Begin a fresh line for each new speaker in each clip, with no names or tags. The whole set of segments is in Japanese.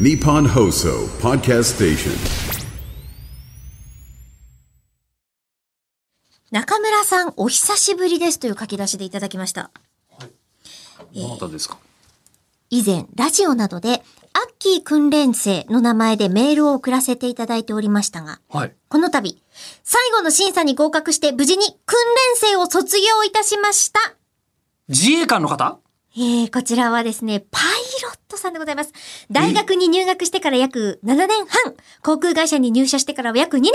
Nippon Hoso Podcast Station.
中村さん、お久しぶりですという書き出しでいただきました。
どなたですか、
以前、ラジオなどで、アッキー訓練生の名前でメールを送らせていただいておりましたが、
はい。
この度、最後の審査に合格して無事に訓練生を卒業いたしました。
自衛官の方
えー、こちらはですね、パイロットさんでございます。大学に入学してから約7年半、航空会社に入社してから約2年、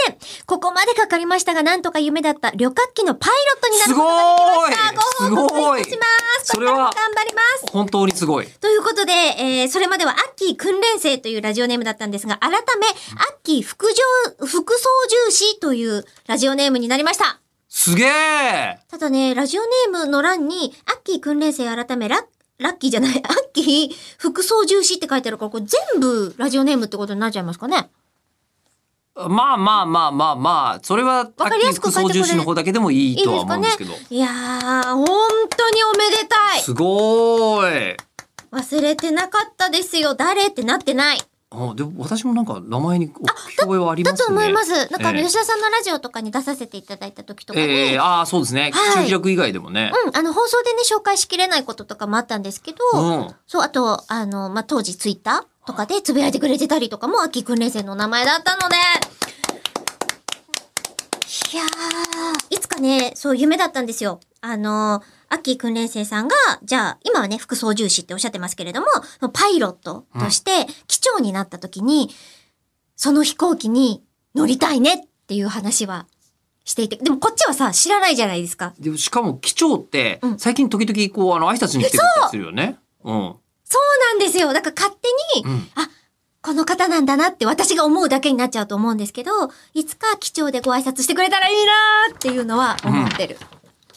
ここまでかかりましたが、なんとか夢だった旅客機のパイロットになることができました。
す
ご
ご
報告
い
いたします。
すごい
これからも頑
それは
張ります。
本当にすごい。
ということで、えー、それまではアッキー訓練生というラジオネームだったんですが、改め、アッキー副上、副操縦士というラジオネームになりました。
すげえ
ただね、ラジオネームの欄に、アッキー訓練生改め、ラッ、ラッキーじゃない、アッキー副操縦士って書いてあるから、これ全部ラジオネームってことになっちゃいますかね。
まあまあまあまあまあ、それは、
かりやすく書いてくれ
副操縦士の方だけでもいい
いいで
とは
す
思
か
うん
ね
ですけど。。
いやー、本当におめでたい。
すごーい
忘れてなかったですよ。誰ってなってない。
あでも私もなんか名前にお聞き覚えはありま
だ
すね。
と思います。なんかあの、
ええ
吉田さんのラジオとかに出させていただいた時とかに、
ええああ、そうですね。
はい
中記録以外でもね。
うん、あの、放送でね、紹介しきれないこととかもあったんですけど、
うん
そう、あと、あの、まあ、当時ツイッターとかでつぶやいてくれてたりとかも、秋訓練生の名前だったので、いやー、いつかね、そう、夢だったんですよ。あの、秋訓練生さんが、じゃあ、今はね、副操縦士っておっしゃってますけれども、パイロットとして、機長になった時に、その飛行機に乗りたいねっていう話はしていて、でもこっちはさ、知らないじゃないですか。
でしかも、機長って
う、ん
最近時々、こう、あの、挨拶に来てくれたりするよね。うん。
そうなんですよ。だから勝手に、
うん
あ、この方なんだなって私が思うだけになっちゃうと思うんですけど、いつか貴重でご挨拶してくれたらいいなーっていうのは思ってる。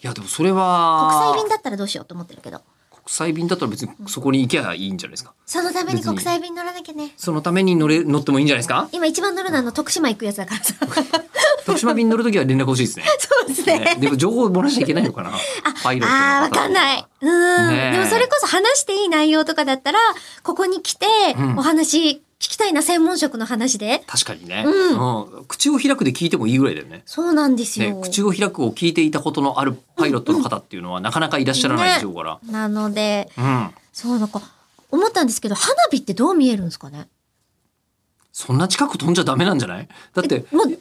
いや、でもそれは、
国際便だったらどうしようと思ってるけど。
国際便だったら別にそこに行けばいいんじゃないですか。
そのために
別に
国際便乗らなきゃね。
そのために乗れ、乗ってもいいんじゃないですか
今一番乗るのはあの徳島行くやつだから さ。
徳島便に乗るときは連絡欲しいですね。
そうです
ね
ね。
でも情報を漏らしちゃいけないのかな。パイロットの 方
ああ、わかんない。うーん、
ねえ
でもそれこそ話していい内容とかだったら、ここに来て、
うん
お話聞きたいな、専門職の話で。
確かにね、
う
うん口を開くで聞いてもいいぐらいだよね。
そうなんですよ。
ね、口を開くを聞いていたことのあるパイロットの方っていうのはなかなかいらっしゃらないでしょうから。
なので、
うん。
そうなんか思ったんですけど花火ってどう見えるんですかね
そんな近く飛んじゃダメなんじゃないだって、
もう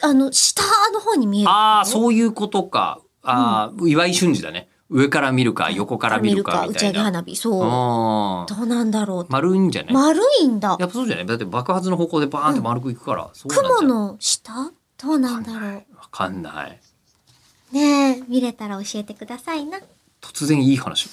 あの下の方に見える
ああ、そういうことか。ああ、岩井俊二だね。上から見るか、横から見るか、
打
み
ち
た
上
い
げ
な。
花火そ
あ
う
あ。
どうなんだろう
丸いんじゃない、
丸いんだ
やっぱそうじゃないだって爆発の方向でバーンって丸くいくから。そうなんじゃない
雲の下どうなんだろ
わかんない。
うねえ見れたら教えてくださいな
突然いい話。